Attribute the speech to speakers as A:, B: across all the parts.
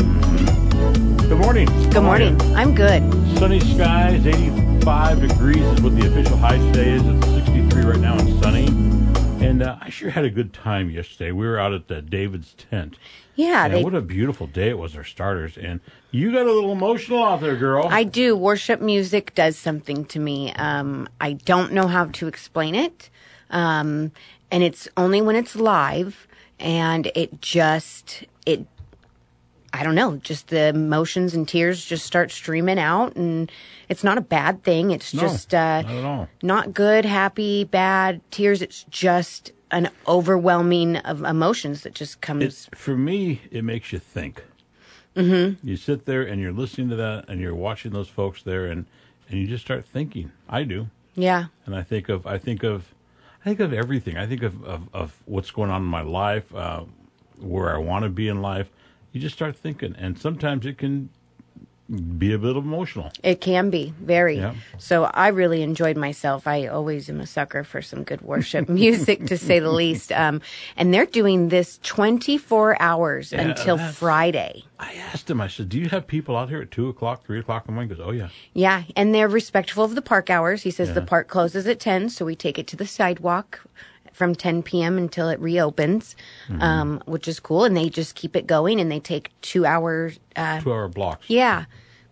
A: Good morning.
B: Mm-hmm. Good morning. I'm good.
A: Sunny skies, 85 degrees is what the official high today is. It's 63 right now and sunny. And uh, I sure had a good time yesterday. We were out at the David's tent.
B: Yeah,
A: And
B: they,
A: what a beautiful day it was, our starters. And you got a little emotional out there, girl.
B: I do. Worship music does something to me. Um, I don't know how to explain it. Um, and it's only when it's live and it just, it, I don't know, just the emotions and tears just start streaming out. And it's not a bad thing. It's
A: No,
B: just, uh,
A: not at all.
B: not good, happy, bad, tears. It's just an overwhelming of emotions that just comes.
A: It's, for me, it makes you think. Mm-hmm. You sit there and you're listening to that and you're watching those folks there and, and you just start thinking. I do.
B: yeah.
A: and I think of I think of I think of everything. I think of of, of what's going on in my life, uh, where I want to be in life. You just start thinking, and sometimes it can be a bit emotional.
B: It can be very.
A: Yeah.
B: So I really enjoyed myself. I always am a sucker for some good worship music, to say the least. Um, and they're doing this 24 hours until
A: that's-
B: Friday.
A: I asked him. I said, "Do you have people out here at two o'clock, three o'clock in the morning?" He goes, "Oh yeah."
B: Yeah, and they're respectful of the park hours. He says the park closes at 10, so we take it to the sidewalk from 10 p.m. until it reopens, um, which is cool. And they just keep it going, and they take two hours
A: Two hour blocks.
B: Uh, Yeah,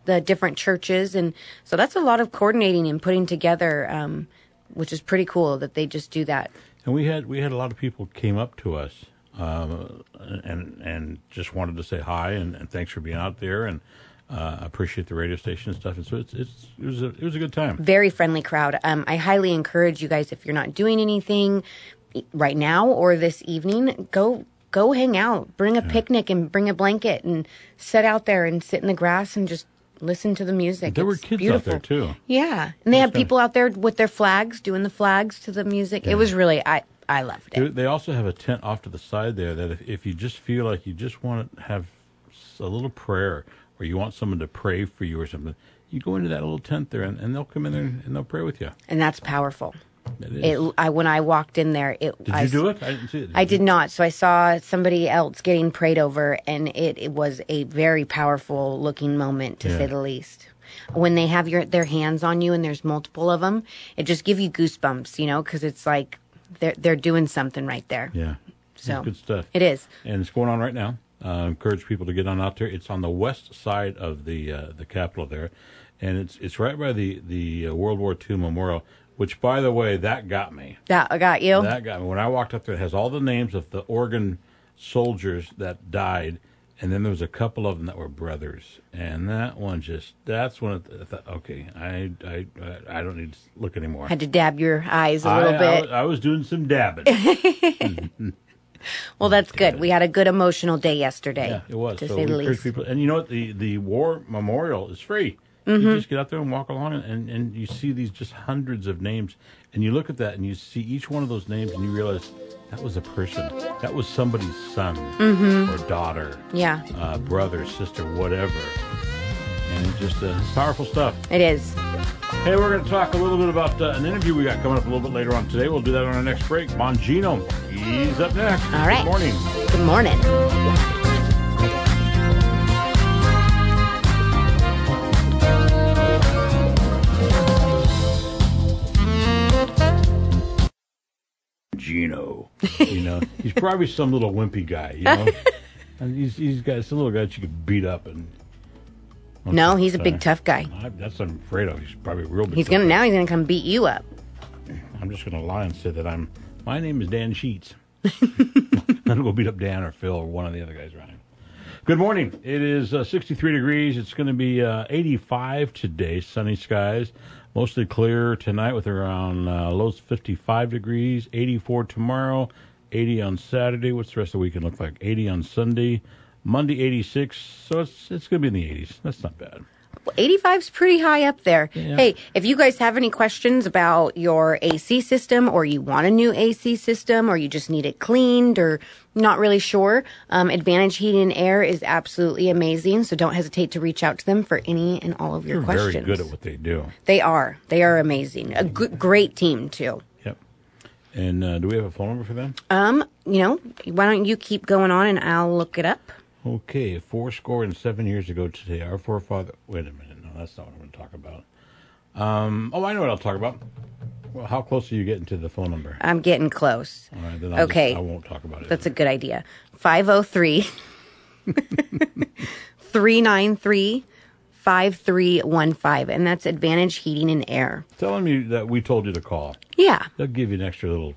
B: the different churches, and so that's a lot of coordinating and putting together, um, which is pretty cool that they just do that.
A: And we had we had a lot of people came up to us um, and and just wanted to say hi and, and thanks for being out there and uh, appreciate the radio station and stuff. And so it's it's it was a, it was a good time.
B: Very friendly crowd. Um, I highly encourage you guys if you're not doing anything e, right now or this evening, go go hang out, bring a picnic and bring a blanket and sit out there and sit in the grass and just listen to the music.
A: There were
B: It's
A: kids out
B: beautiful.
A: there too.
B: Yeah, and they had people out there with their flags, doing the flags to the music. It was really I I loved it.
A: They- They also have a tent off to the side there that if, if you just feel like you just want to have s- a little prayer or you want someone to pray for you or something, you go into that little tent there and, and they'll come in there and they'll pray with you.
B: and that's powerful.
A: It is.
B: It, I, when I walked in there, it.
A: Did
B: I,
A: you do it? I didn't see it.
B: I
A: you?
B: did not. So I saw somebody else getting prayed over, and it, it was a very powerful looking moment, to
A: Yeah.
B: say the least. When they have your their hands on you, and there's multiple of them, it just gives you goosebumps, you know, because it's like they're they're doing something right there.
A: Yeah. It's
B: So
A: good stuff.
B: It is.
A: and it's going on right now. Uh, encourage people to get on out there. It's on the west side of the uh, the Capitol there, and it's it's right by the the uh, World War II Memorial. Which, by the way, that got me.
B: That I got you.
A: That guy, when I walked up there, it has all the names of the Oregon soldiers that died, and then there was a couple of them that were brothers, and that one just that's when it, I thought, okay, I I I don't need to look anymore.
B: Had to dab your eyes a
A: I,
B: little
A: I
B: bit.
A: was- I was doing some dabbing.
B: well, that's good. We had a good emotional day yesterday.
A: yeah, it was.
B: to
A: so
B: say
A: we
B: the
A: encourage
B: least.
A: people, and you know what? The the war memorial is free.
B: Mm-hmm.
A: You just get out there and walk along, and, and, and you see these just hundreds of names, and you look at that, and you see each one of those names, and you realize that was a person, that was somebody's son or daughter,
B: Mm-hmm. Yeah,
A: uh, brother, sister, whatever. And it's just uh, it's powerful stuff.
B: it is.
A: Hey, we're going to talk a little bit about uh, an interview we got coming up a little bit later on today. We'll do that on our next break. Bongino, he's up next.
B: All right.
A: Good morning.
B: Good morning.
A: Gino. You know, he's probably some little wimpy guy. You know, and he's he's got some little guy that you could beat up and.
B: No, he's a
A: Sorry.
B: big tough guy.
A: I, that's what I'm afraid of. He's probably a real. Big
B: He's gonna
A: tough
B: now. He's gonna come beat you up.
A: guy. I'm just gonna lie and say that I'm. My name is Dan Sheets. I'm gonna go beat up Dan or Phil or one of the other guys around him. Good morning. It is uh, 63 degrees. It's going to be uh, 85 today. Sunny skies, mostly clear tonight with around uh, lows 55 degrees. 84 tomorrow. 80 on Saturday. What's the rest of the weekend look like? 80 on Sunday. Monday 86. So it's it's going to be in the 80s. That's not bad.
B: 85's pretty high up there.
A: Yeah.
B: Hey, if you guys have any questions about your AC system or you want a new AC system or you just need it cleaned or not really sure, um, Advantage Heating and Air is absolutely amazing. So don't hesitate to reach out to them for any and all of your
A: They're very
B: questions.
A: good at what they do.
B: they are. They are amazing. A g- great team, too.
A: Yep. And uh, do we have a phone number for them?
B: Um, you know, why don't you keep going on and I'll look it up?
A: Okay, four score and seven years ago today, our forefather. Wait a minute, no, that's not what I'm going to talk about. Um, oh, I know what I'll talk about. Well, how close are you getting to the phone number?
B: I'm getting close.
A: All right, then I'll
B: okay.
A: Just, I won't talk about it.
B: That's a good idea. 503 393 5315. And that's Advantage Heating and Air.
A: Tell them you, that we told you to call.
B: Yeah.
A: They'll give you an extra little,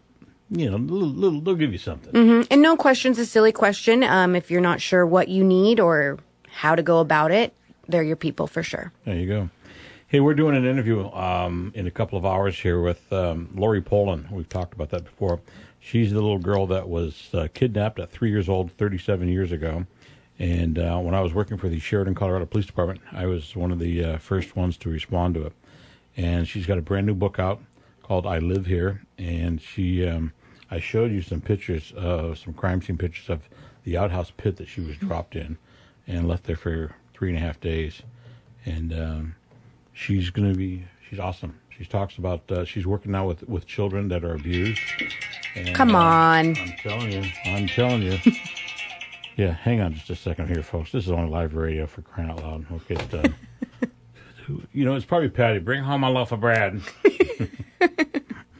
A: you know, little, little they'll give you something.
B: And no question's a silly question. Um, if you're not sure what you need or how to go about it, they're your people for sure.
A: There you go. Hey, we're doing an interview um, in a couple of hours here with um, Lori Poland. We've talked about that before. She's the little girl that was uh, kidnapped at three years old, 37 years ago. And uh, when I was working for the Sheridan, Colorado Police Department, I was one of the uh, first ones to respond to it. And she's got a brand new book out called "I Live Here," and she, um, I showed you some pictures of some crime scene pictures of the outhouse pit that she was dropped in, and left there for three and a half days. And um, she's going to be she's awesome she talks about uh, she's working now with with children that are abused And,
B: Come
A: uh,
B: on.
A: i'm telling you i'm telling you yeah hang on just a second here folks this is on live radio for crying out loud we'll get uh, you know it's probably patty bring home a loaf of bread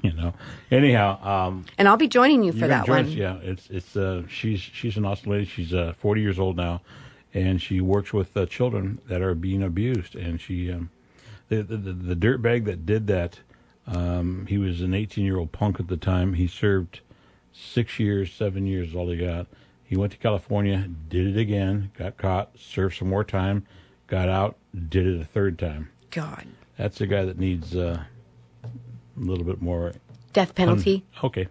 A: you know anyhow um
B: And I'll be joining you for
A: you can
B: that
A: join
B: one.
A: us. Yeah, it's it's uh, she's she's an awesome lady. She's uh, 40 years old now, and she works with uh, children that are being abused. And she, um, the, the the the dirtbag that did that, um, he was an 18 year old punk at the time. He served six years, seven years is all he got. He went to California, did it again, got caught, served some more time, got out, did it a third time.
B: God.
A: That's a guy that needs uh, a little bit more
B: Death penalty.
A: Okay.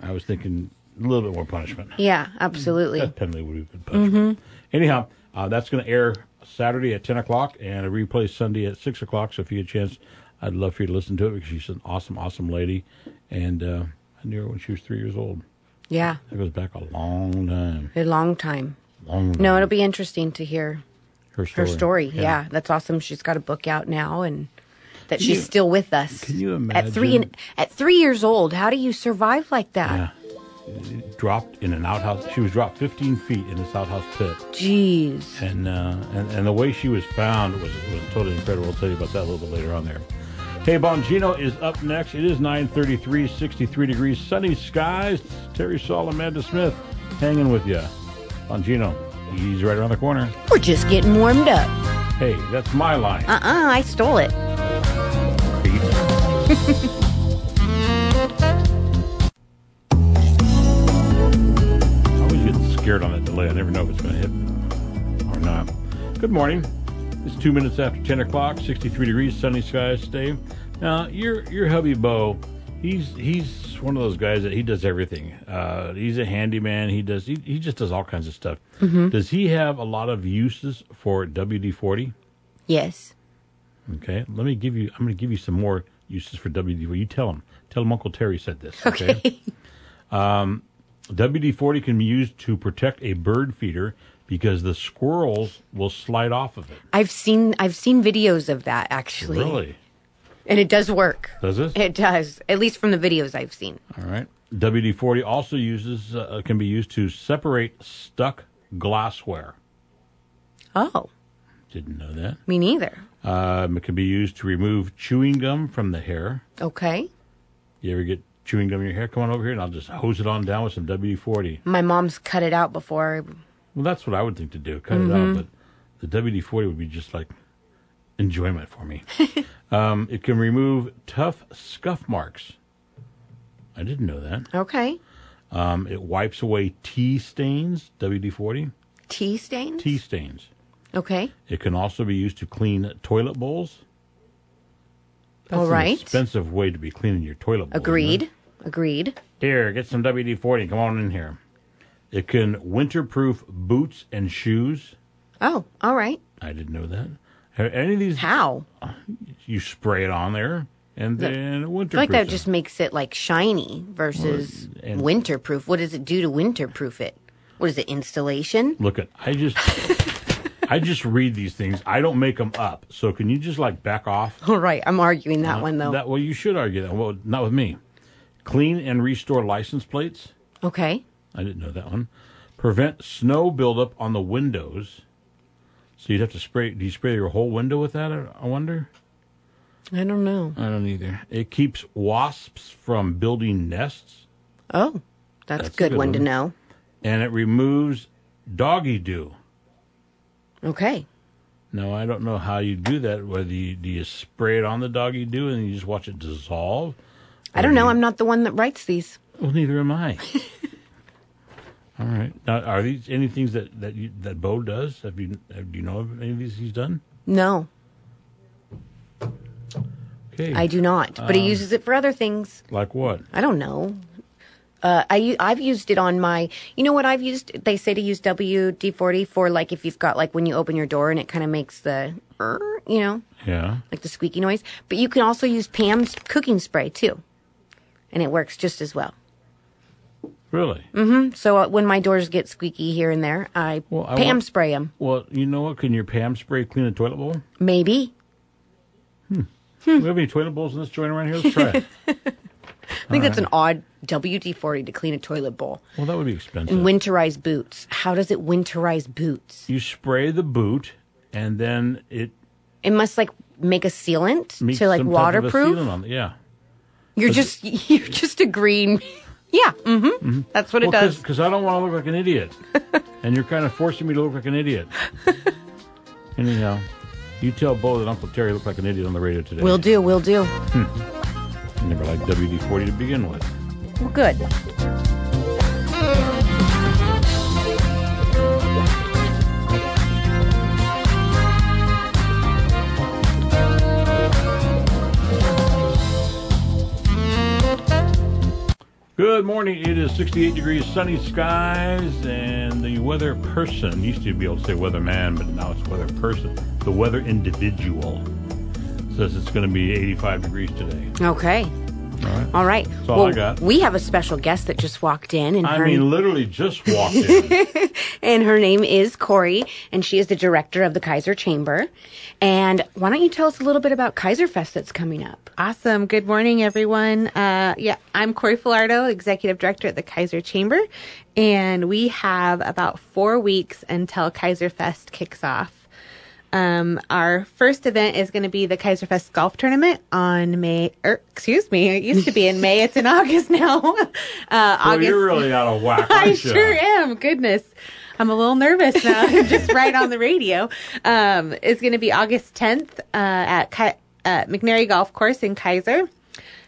A: I was thinking a little bit more punishment.
B: yeah, absolutely.
A: Death penalty would have been punishment. Anyhow, uh, that's going to air Saturday at 10 o'clock and a replay Sunday at 6 o'clock. So if you get a chance, I'd love for you to listen to it because she's an awesome, awesome lady. And uh, I knew her when she was three years old.
B: Yeah.
A: That goes back a long time.
B: A long time.
A: Long time.
B: No, it'll be interesting to hear
A: her
B: her
A: story.
B: story. Yeah. that's awesome. She's got a book out now and that she's
A: you-
B: still with us.
A: can you
B: At three
A: imagine?
B: and at three years old, how do you survive like
A: Yeah.
B: that?
A: Dropped in an outhouse. She was dropped 15 feet in this outhouse pit.
B: Jeez.
A: and uh, and, and the way she was found was, was totally incredible. I'll tell you about that a little bit later on there. Hey, Bongino is up next. It is 933, 63 degrees, sunny skies. Terry Saul, Amanda Smith, hanging with you. Bongino, he's right around the corner.
B: We're just getting warmed up.
A: Hey, that's my line.
B: Uh uh I stole it.
A: Pete. I always get scared on that delay. I never know if it's going to hit or not. Good morning. It's two minutes after ten o'clock. Sixty-three degrees, sunny skies today. Now, your your hubby Bo, he's he's one of those guys that he does everything. Uh, he's a handyman. He does he, he just does all kinds of stuff. Does he have a lot of uses for WD forty?
B: Yes.
A: Okay, let me give you. I'm going to give you some more uses for WD. You tell them. Tell them Uncle Terry said this. Okay. Um, WD forty can be used to protect a bird feeder because the squirrels will slide off of it.
B: I've seen I've seen videos of that actually.
A: Really?
B: And it does work.
A: Does it?
B: It does. At least from the videos I've seen.
A: All right. WD forty also uses uh, can be used to separate stuck glassware.
B: Oh,
A: Didn't know that.
B: me neither.
A: Um, it can be used to remove chewing gum from the hair.
B: Okay.
A: You ever get chewing gum in your hair? Come on over here, and I'll just hose it on down with some WD forty.
B: My mom's cut it out before.
A: Well, that's what I would think to do. Cut it
B: Mm-hmm.
A: out, but the WD forty would be just like enjoyment for me. um, it can remove tough scuff marks. I didn't know that.
B: Okay.
A: Um, it wipes away tea stains. WD forty
B: Tea stains?
A: tea stains.
B: Okay.
A: It can also be used to clean toilet bowls. That's
B: All
A: an
B: right.
A: expensive way to be cleaning your toilet. Bowl, isn't it?
B: Agreed.
A: Oh,
B: Agreed.
A: Here, get some WD forty. Come on in here. It can winterproof boots and shoes.
B: Oh, all right.
A: I didn't know that. Have any of these
B: How?
A: you spray it on there and then it winter
B: I feel like that just makes it like shiny versus
A: and-
B: winterproof. What does it do to winterproof it? What is it? Installation?
A: look at i just i just read these things i don't make them up so can you just like back off
B: All right. I'm arguing that one though.
A: that well you should argue that well not with me clean and restore license plates
B: okay.
A: i didn't know that one Prevent snow buildup on the windows. So you'd have to spray. Do you spray your whole window with that? I I wonder.
B: I don't know.
A: I don't either. It keeps wasps from building nests,
B: Oh, that's, a good, one, to know.
A: and it removes doggy dew.
B: Okay.
A: Now I don't know how you do that. Whether you, do you spray it on the doggy dew and you just watch it dissolve?
B: I don't know. I'm not the one that writes these.
A: Well, neither am I. All right. Now, are these any things that that you, that Bo does? Have you have, do you know of any of these he's done?
B: No,
A: Okay.
B: I do not. But he uses it for other things.
A: like what?
B: I don't know. Uh, I u- I've used it on my. You know what I've used? They say to use WD forty for like if you've got like when you open your door and it kind of makes the "er," you know
A: Yeah.
B: like the squeaky noise. But you can also use Pam's cooking spray too, and it works just as well.
A: Really?
B: So uh, when my doors get squeaky here and there, I
A: Well, I
B: Pam
A: want-
B: spray them.
A: Well, you know what? Can your Pam spray clean a toilet bowl?
B: Maybe
A: Do
B: Hmm.
A: we have any toilet bowls in this joint around here? Let's try it.
B: I think that's an odd WD forty to clean a toilet bowl.
A: Well, that would be expensive.
B: And winterize boots. How does it winterize boots?
A: you spray the boot, and then it
B: It must like make a sealant
A: meets
B: to like
A: some type of a sealant
B: waterproof.
A: on it. Yeah.
B: You're just you're just agreeing. yeah, mm-hmm. that's what it does.
A: Because I don't want to look like an idiot. and you're kind of forcing me to look like an idiot. Anyhow, you tell Bo that Uncle Terry looked like an idiot on the radio today.
B: We'll do. We'll do.
A: I never liked WD 40 to begin with.
B: Well, good.
A: Good morning. It is 68 degrees, sunny skies, and the weather person used to be able to say weatherman, but now it's weather person. The weather individual says it's going to be 85 degrees today.
B: Okay.
A: All right.
B: All right.
A: all
B: well,
A: I got.
B: we have a special guest that just walked in, and
A: I
B: her
A: mean, literally just walked in.
B: and her name is Corey, and she is the director of the Kaiser Chamber. And why don't you tell us a little bit about Kaiser Fest that's coming up?
C: Awesome. Good morning, everyone. Uh, yeah, I'm Corey Filardo, Executive Director at the Kaiser Chamber, and we have about four weeks until Kaiser Fest kicks off. Um, our first event is going to be the Kaiser Fest Golf Tournament on May, er, excuse me, it used to be in May. It's in August now. Uh,
A: well,
C: August.
A: you're really out of whack, aren't
C: I
A: you?
C: sure am. Goodness. I'm a little nervous now, just right on the radio. Um, it's going to be August 10th uh, at Ki- uh, McNary Golf Course in Kaiser.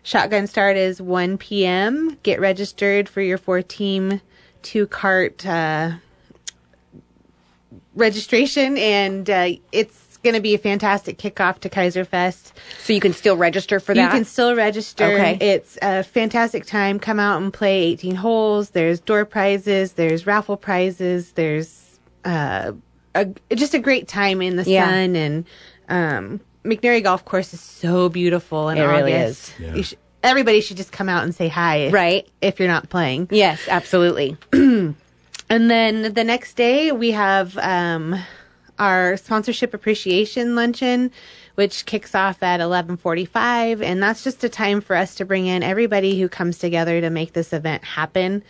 C: Shotgun start is 1 p.m. Get registered for your four team, two cart uh, registration, and uh, it's going to be a fantastic kickoff to Kaiser Fest.
B: So you can still register for that.
C: You can still register.
B: Okay.
C: It's a fantastic time. Come out and play 18 holes. There's door prizes, there's raffle prizes, there's uh, a, just a great time in the
B: Yeah.
C: sun. And um, McNary Golf Course is so beautiful in
B: It
C: August.
B: really is.
A: Yeah.
C: You sh- everybody should just come out and say hi. if-
B: Right.
C: If you're not playing.
B: yes, absolutely.
C: And then the next day we have um, our sponsorship appreciation luncheon, which kicks off at eleven forty-five, and that's just a time for us to bring in everybody who comes together to make this event happen.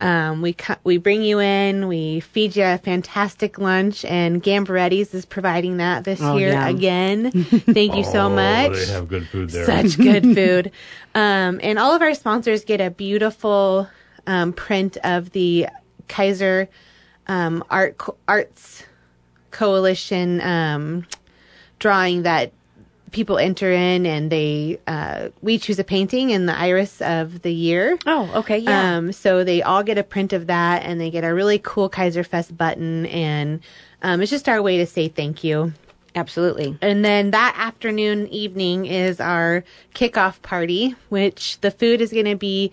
C: Um, we co- we bring you in, we feed you a fantastic lunch, and Gambaretti's is providing that this
B: Oh,
C: year
B: yeah.
C: again. Thank you so
A: Oh,
C: much.
A: They have good food there.
C: Such good food. Um, and all of our sponsors get a beautiful um, print of the Kaiser um, Art Co- Arts Coalition um, drawing that people enter in, and they uh, we choose a painting in the iris of the year.
B: Oh, okay, yeah.
C: Um, so they all get a print of that, and they get a really cool Kaiser Fest button, and um, it's just our way to say thank you.
B: absolutely.
C: And then that afternoon, evening is our kickoff party, which the food is going to be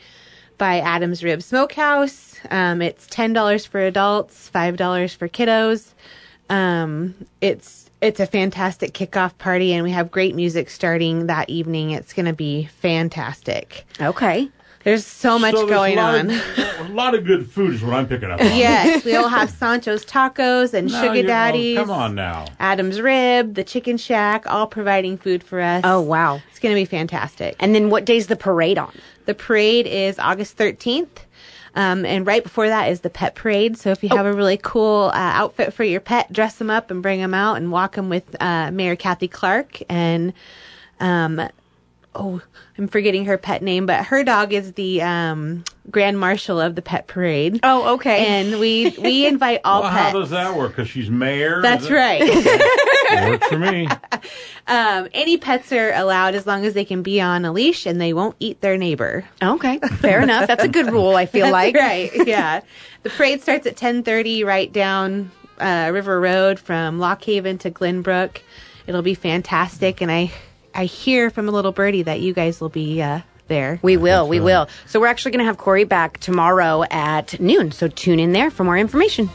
C: by Adam's Rib Smokehouse. Um, it's ten dollars for adults, five dollars for kiddos. Um, it's it's a fantastic kickoff party, and we have great music starting that evening. It's going to be fantastic.
B: Okay.
C: There's so much
A: So there's
C: going
A: a lot
C: on.
A: of- a lot of good food is what I'm picking up on.
C: yes, we'll have Sancho's tacos and
A: No, you're-
C: Sugar
A: no,
C: Daddies.
A: come on now.
C: Adam's Rib, the Chicken Shack, all providing food for us.
B: Oh, wow.
C: It's going to be fantastic.
B: And then what day's the parade on?
C: The parade is August 13th. Um, and right before that is the pet parade. So if you
B: Oh.
C: have a really cool uh, outfit for your pet, dress them up and bring them out and walk them with uh, Mayor Kathy Clark and. Um, oh, I'm forgetting her pet name, but her dog is the um, grand marshal of the pet parade.
B: Oh, okay.
C: And we we invite all
A: Well, how
C: pets.
A: does that work? Because she's mayor.
C: That's
A: That-
C: right.
A: Works for me.
C: um, any pets are allowed as long as they can be on a leash and they won't eat their neighbor.
B: Okay, fair enough. That's a good rule. I feel like.
C: right. Yeah. the parade starts at 10:30 right down uh, River Road from Lock Haven to Glenbrook. It'll be fantastic, and I I hear from a little birdie that you guys will be uh, there.
B: We will, we will. So we're actually going to have Corey back tomorrow at noon. So tune in there for more information.